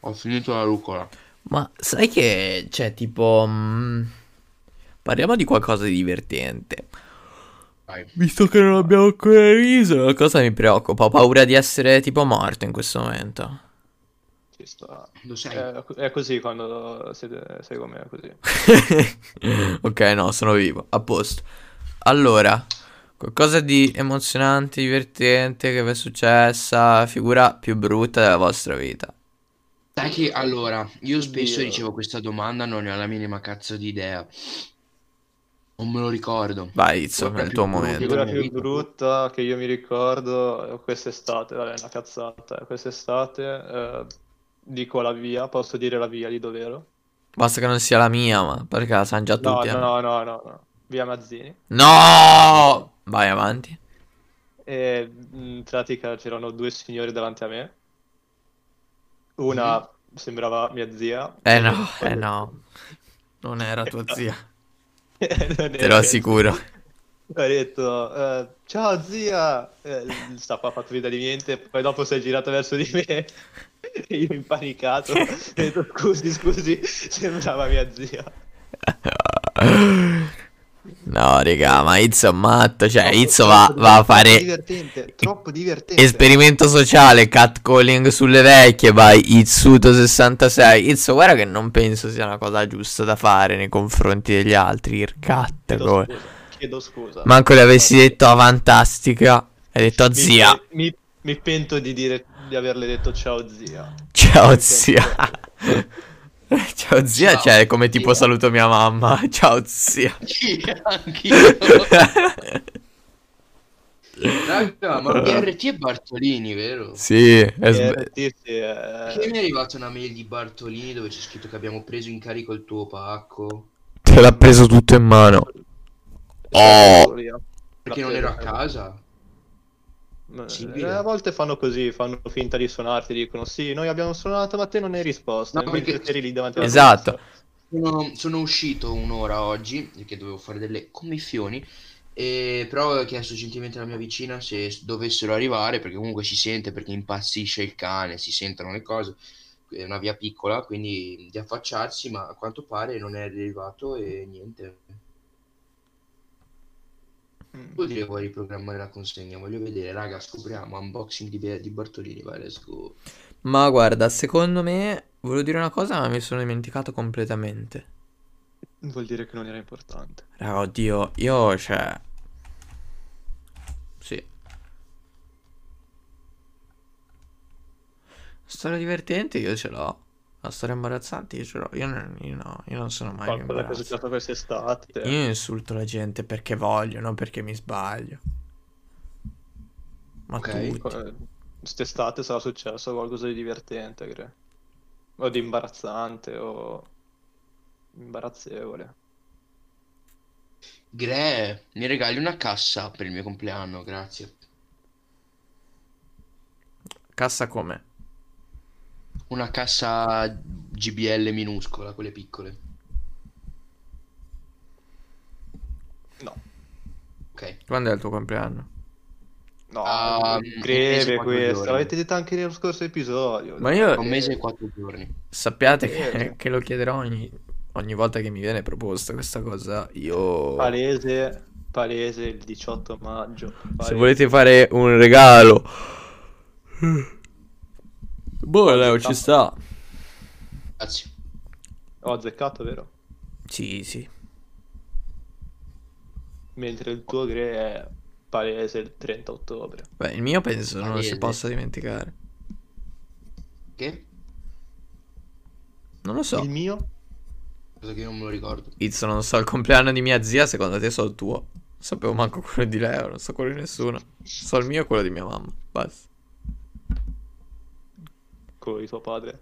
Ho finito la rucola.
Ma sai che c'è tipo... mm, parliamo di qualcosa di divertente.
Vai.
Visto che non abbiamo ancora riso, la cosa mi preoccupa. Ho paura di essere tipo morto in questo momento.
Ci sto.
Lo sai.
È, è così quando siete, sei con me, è così.
ok, no, sono vivo. A posto. Allora, qualcosa di emozionante, divertente che vi è successa, figura più brutta della vostra vita.
Sai che allora, io spesso
Oddio.
ricevo questa domanda, non ne ho la minima cazzo di idea. Non me lo ricordo.
Vai, Izzo, è il tuo
Figura più
momento.
figura
mia
più
vita.
brutta che io mi ricordo eh, quest'estate, vabbè, è una cazzata. eh, Quest'estate eh, dico la via, posso dire la via di dovero?
Basta che non sia la mia, ma perché la sanno già
No,
tutti. eh.
no, no, no, no. Via Mazzini.
No! Vai avanti.
E mm, in pratica c'erano due signore davanti a me. Una
Mhm.
sembrava mia zia.
Eh no, eh no. Non era tua zia, te
Te
lo assicuro.
Ha detto, eh, ciao zia, eh, il sappo ha fatto vita di niente, poi dopo si è girato verso di me, e io impanicato, ho detto scusi, scusi, sembrava mia zia.
Eh, No, raga, ma Izzo è matto. Cioè,
No,
Izzo
troppo
va, va a
divertente, troppo
fare
divertente, troppo divertente.
esperimento sociale, catcalling sulle vecchie. Vai, Izzuto66. Izzo, guarda che non penso sia una cosa giusta da fare nei confronti degli altri.
Chiedo
Cattolo.
scusa, chiedo scusa.
Manco le avessi detto a fantastica. Hai detto a
Mi-
zia.
Mi, mi pento di dire, di averle detto ciao zia.
Ciao
mi-
zia. Ciao zia,
Ciao,
cioè come tipo
zia.
saluto mia mamma. Ciao zia.
Sì, anch'io. Raga, ma
Eh.
BRT e Bartolini, vero?
sì, è sb-
Eh, sì, sì, eh.
Che mi è arrivata una mail di Bartolini dove c'è scritto che abbiamo preso in carico il tuo pacco
te l'ha preso tutto in mano. Oh.
perché non ero a casa. Possibile.
Eh, a volte fanno così, fanno finta di suonarti, dicono sì, noi abbiamo suonato ma te non hai risposto,
No,
mentre
perché-
eri lì davanti alla
Esatto.
finestra.
Sono, sono uscito un'ora oggi perché dovevo fare delle commissioni. E però ho chiesto gentilmente alla mia vicina se s- dovessero arrivare perché comunque si sente perché impazzisce il cane, si sentono le cose. È una via piccola, quindi di affacciarsi, ma a quanto pare non è arrivato e niente.
Mm.
Vuol dire vuoi riprogrammare la consegna? Voglio vedere, raga, scopriamo unboxing di, Be- di Bartolini, vai, let's go.
Ma guarda, secondo me volevo dire una cosa, ma mi sono dimenticato completamente.
Vuol dire che non era importante.
Raga, oddio, io, cioè... Sì. Storia divertente io ce l'ho. La storia imbarazzante io ce l'ho. Io non, io no, io non sono mai un
Qualcosa che è
imbarazzo.
successo quest'estate.
Io insulto la gente perché voglio, non perché mi sbaglio. Ma
Ok.
tutti.
Eh, Quest'estate sarà successo qualcosa di divertente, credo. O di imbarazzante, o imbarazzevole.
Gre, mi regali una cassa per il mio compleanno, grazie.
Cassa come?
Una cassa GBL minuscola, quelle piccole.
No,
Ok.
Quando è il tuo compleanno?
no,
Ah, penso
greve
quattro
questo.
giorni.
L'avete detto anche nello scorso episodio.
Ma io...
Un mese e quattro giorni.
Sappiate
Eh.
che, che lo chiederò ogni, ogni volta che mi viene proposta questa cosa. Io.
Palese, palese il 18 maggio.
Se
palese.
volete fare un regalo. Boh, Leo, ci sta.
Grazie.
Ho azzeccato, vero?
Sì, sì.
Mentre il tuo gre è palese il 30 ottobre.
Beh, il mio penso non si
Palese.
possa dimenticare.
Che?
Non lo so.
Il mio?
Cosa che io non me lo ricordo.
Izzo, non so il compleanno di mia zia, secondo te so il tuo. Non sapevo manco quello di Leo, non so quello di nessuno. So il mio e quello di mia mamma. Basta.
Con tuo padre.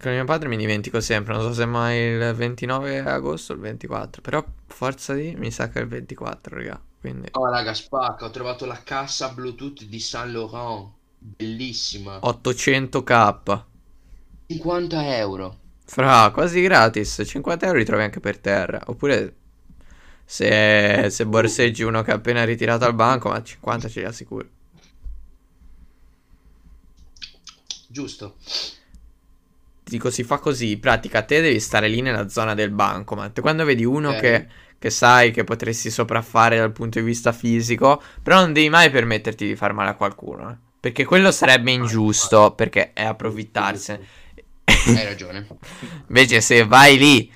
Con mio padre mi dimentico sempre, non so se è mai il 29 agosto o il 24, però forza di, mi sa che è il 24, raga. Quindi
Oh, raga, spacca, ho trovato la cassa Bluetooth di Saint Laurent. Bellissima.
Oh. 800k.
50 euro.
Fra, quasi gratis, 50 euro li trovi anche per terra. Oppure se, se borseggi uno che ha appena ritirato al banco, ma 50 ce li ha sicuro.
Giusto.
Ti dico, si fa così, in pratica te devi stare lì nella zona del banco, ma te quando vedi uno
Ok.
che, che sai che potresti sopraffare dal punto di vista fisico, però non devi mai permetterti di far male a qualcuno, eh. Perché quello sarebbe ingiusto, perché è approfittarsene.
Hai ragione.
Invece se vai lì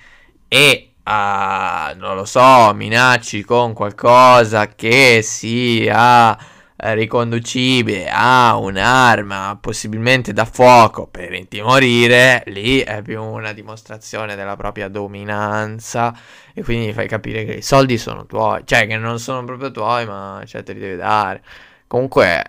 e ah, non lo so, minacci con qualcosa che sia eh, riconducibile a un'arma possibilmente da fuoco per intimorire, lì è più una dimostrazione della propria dominanza e quindi fai capire che i soldi sono tuoi, cioè che non sono proprio tuoi, ma cioè, te li devi dare. Comunque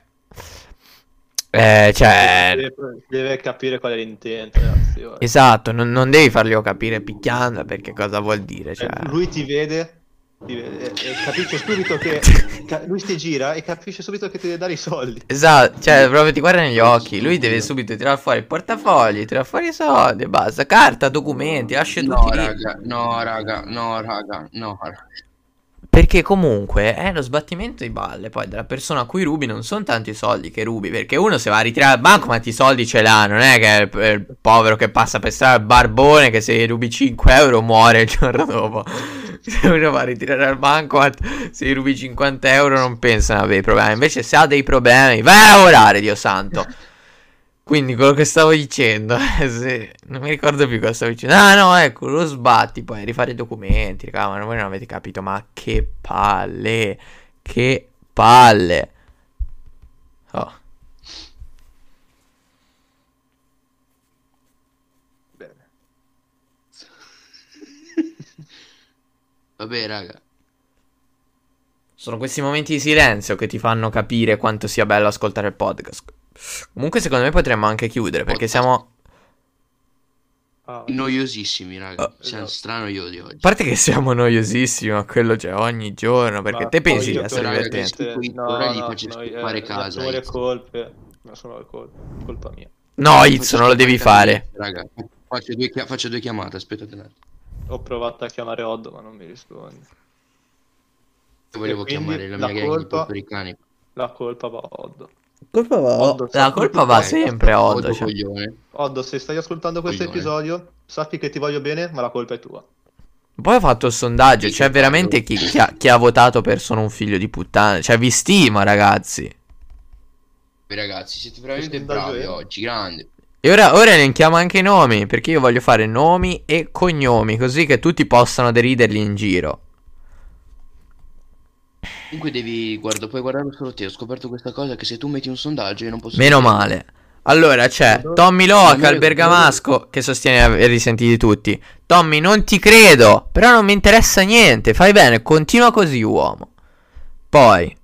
eh, cioè
Deve, deve capire qual è l'intento, ragazzi. guarda.
Esatto, non, non devi farglielo capire picchiando perché cosa vuol dire. Cioè,
Eh,
Cioè, lui ti vede, ti vede e capisce subito che ca- lui ti gira e capisce subito che ti deve dare i soldi.
esatto, cioè, proprio ti guarda negli occhi. Lui deve subito tirar fuori il portafogli, tirar fuori i soldi, e basta. Carta, documenti, lascia
No,
tutti lì.
raga, no, raga, no, raga, no, raga.
Perché comunque è lo sbattimento di balle poi della persona a cui rubi non sono tanto i soldi che rubi, perché uno se va a ritirare al banco ma i soldi ce l'ha, non è che è il, è il povero che passa per strada, il barbone che se gli rubi 5 euro muore il giorno dopo. Se uno va a ritirare al banco ma se gli rubi 50 euro non pensa a avere problemi, invece se ha dei problemi vai a lavorare, Dio santo. Quindi quello che stavo dicendo, se- non mi ricordo più cosa stavo dicendo. Ah no, ecco, lo sbatti, poi rifare i documenti, raga, ma voi non avete capito, ma che palle, che palle. Oh,
Bene.
Vabbè, raga.
Sono questi momenti di silenzio che ti fanno capire quanto sia bello ascoltare il podcast. Comunque, secondo me potremmo anche chiudere perché
Podcast.
siamo.
Ah,
Noiosissimi, raga.
Oh.
Siamo stranoiosi
A
oggi.
parte che siamo noiosissimi, ma quello c'è ogni giorno. Perché
ma
te
Ah, poi
pensi di
io
essere
per-
ragazzi,
divertente?
qui
No,
ora gli
no,
faccio
noi, eh,
scuppare casa,
Le
eh.
tue colpe, ma sono le colpe, colpa mia.
No, Izzo, non lo devi fare.
Raga, faccio due, chia- faccio due chiamate, aspettate un attimo.
Ho provato a chiamare Oddo, ma non mi risponde.
Io volevo
E quindi
chiamare la
la
mia gang di
colpa-
papericani.
La colpa va a Oddo.
Colpa va-
Oddo,
La
sono
colpa
tutti
va
cani.
sempre a Oddo.
Oddo
cioè.
coglione.
Oddo, se stai ascoltando questo
Coglione.
episodio, sappi che ti voglio bene, ma la colpa è tua.
Poi ho fatto il sondaggio.
Sì,
Cioè, veramente chi, chi ha, chi ha votato per sono un figlio di puttana. Cioè, vi stimo, ragazzi.
Voi Ragazzi, siete veramente
Questo sondaggio
bravi
è-
oggi, grande.
E ora, ora elenchiamo anche i nomi, perché io voglio fare nomi e cognomi, così che tutti possano deriderli in giro.
Comunque devi, guarda, puoi guardarlo solo te. Ho scoperto questa cosa che se tu metti un sondaggio io non posso...
Meno male. Allora c'è Tommy Loca, il bergamasco, che sostiene di averli sentiti tutti. Tommy, non ti credo, però non mi interessa niente. Fai bene, continua così, uomo. Poi,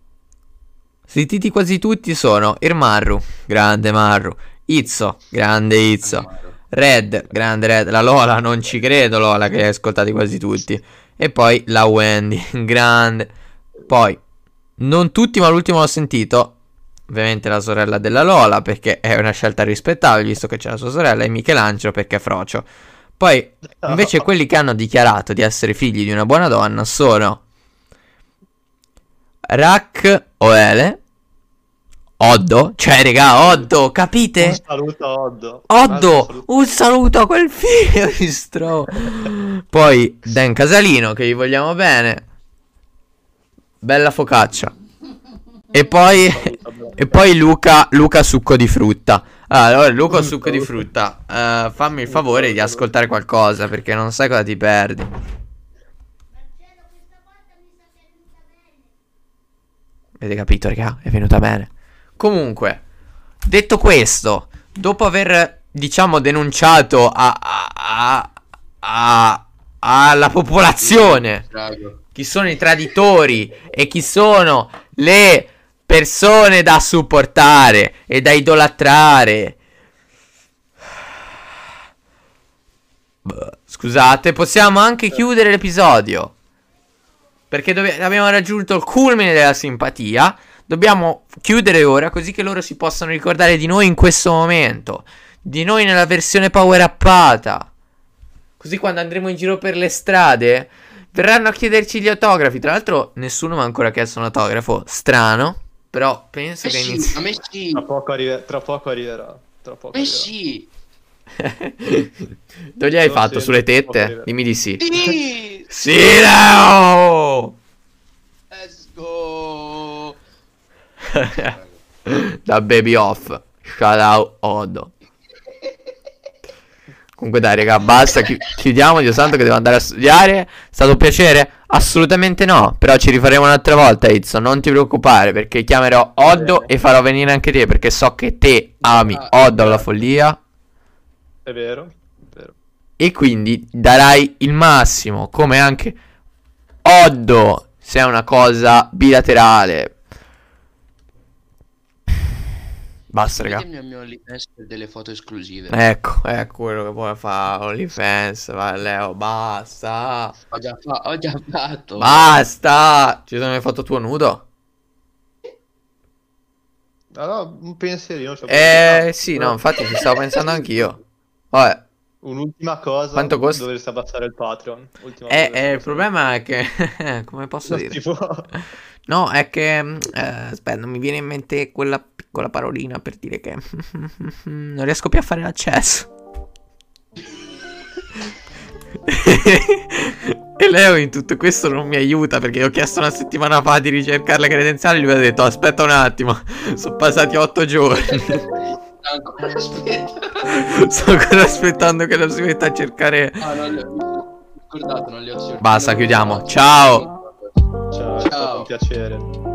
sentiti quasi tutti sono Irmarru, grande Marru. Izzo, grande Izzo. Red, grande Red, la Lola, non ci credo Lola che hai ascoltati quasi tutti. E poi la Wendy, grande. Poi, non tutti ma l'ultimo l'ho sentito, ovviamente la sorella della Lola perché è una scelta rispettabile visto che c'è la sua sorella e Michelangelo perché è frocio. Poi, invece quelli che hanno dichiarato di essere figli di una buona donna sono Rak Oele, Oddo, cioè regà Oddo, capite?
Un saluto a Oddo. Un altro
Oddo, Uh.
saluto.
un saluto a quel figlio di Stro. Poi Dan Casalino, che gli vogliamo bene. Bella focaccia. E poi, e poi Luca, Luca succo di frutta. Allora, Luca succo di frutta, eh, fammi il favore di ascoltare qualcosa perché non sai cosa ti perdi.
Marcello, questa volta mi sa che è venuta bene.
Avete capito, raga? È venuta bene. Comunque, detto questo, dopo aver, diciamo, denunciato a, a- a- a- alla popolazione
Raga.
chi sono i traditori e chi sono le persone da supportare e da idolatrare. Beh, Scusate, possiamo anche chiudere l'episodio. Perché dove- abbiamo raggiunto il culmine della simpatia. Dobbiamo chiudere ora così che loro si possano ricordare di noi in questo momento. Di noi nella versione power uppata. Così quando andremo in giro per le strade verranno a chiederci gli autografi. Tra l'altro nessuno mi ha ancora chiesto un autografo. Strano. Però penso
Eh
che
sì,
inizi...
a me sì,
Tra
a
poco, arrive- tra poco arriverà. Tra poco
me
arriverà.
Eh sì.
Dove gli hai
No,
fatto?
sì,
Sulle tette?
ok.
Dimmi di sì.
Sì!
Sì, Leo!
Let's go!
da Baby Off. Shout out Odo. Comunque dai raga, basta, chi- chiudiamo, Dio santo che devo andare a studiare. È stato un piacere? Assolutamente no, però ci rifaremo un'altra volta Izzo, non ti preoccupare perché chiamerò Oddo
bene.
e farò venire anche te perché so che te ami
Ah,
Oddo alla
grazie.
follia
È vero, è vero.
e quindi darai il massimo, come anche Oddo, se è una cosa bilaterale. Basta, raga.
Ditemi al mio OnlyFans per delle foto esclusive.
Ecco, ecco quello che vuole fare OnlyFans, va Leo, basta.
Ho, già fa- ho già fatto.
Basta! Ci sono le foto tuo nudo?
Allora, un pensierino. cioè, ci ho
Eh,
pensato.
sì, no, infatti ci stavo pensando anch'io. Vabbè,
Un'ultima cosa.
Quanto costa?
Dovresti abbassare il Patreon. Ultima
eh,
cosa.
eh, il problema è che... come posso
Non
dire?
si può.
No, è che. mm, eh, aspetta, non mi viene in mente quella piccola parolina per dire che. non riesco più a fare l'accesso. e Leo in tutto questo non mi aiuta perché gli ho chiesto una settimana fa di ricercare la credenziale e lui mi ha detto aspetta un attimo, sono passati otto giorni,
Ancora aspetta.
sto ancora aspettando che lo si metta a cercare.
Ah, non li ho- Scordate, non li ho cercati.
Basta, chiudiamo. Ciao.
Ciao, è stato
Ciao.
un piacere.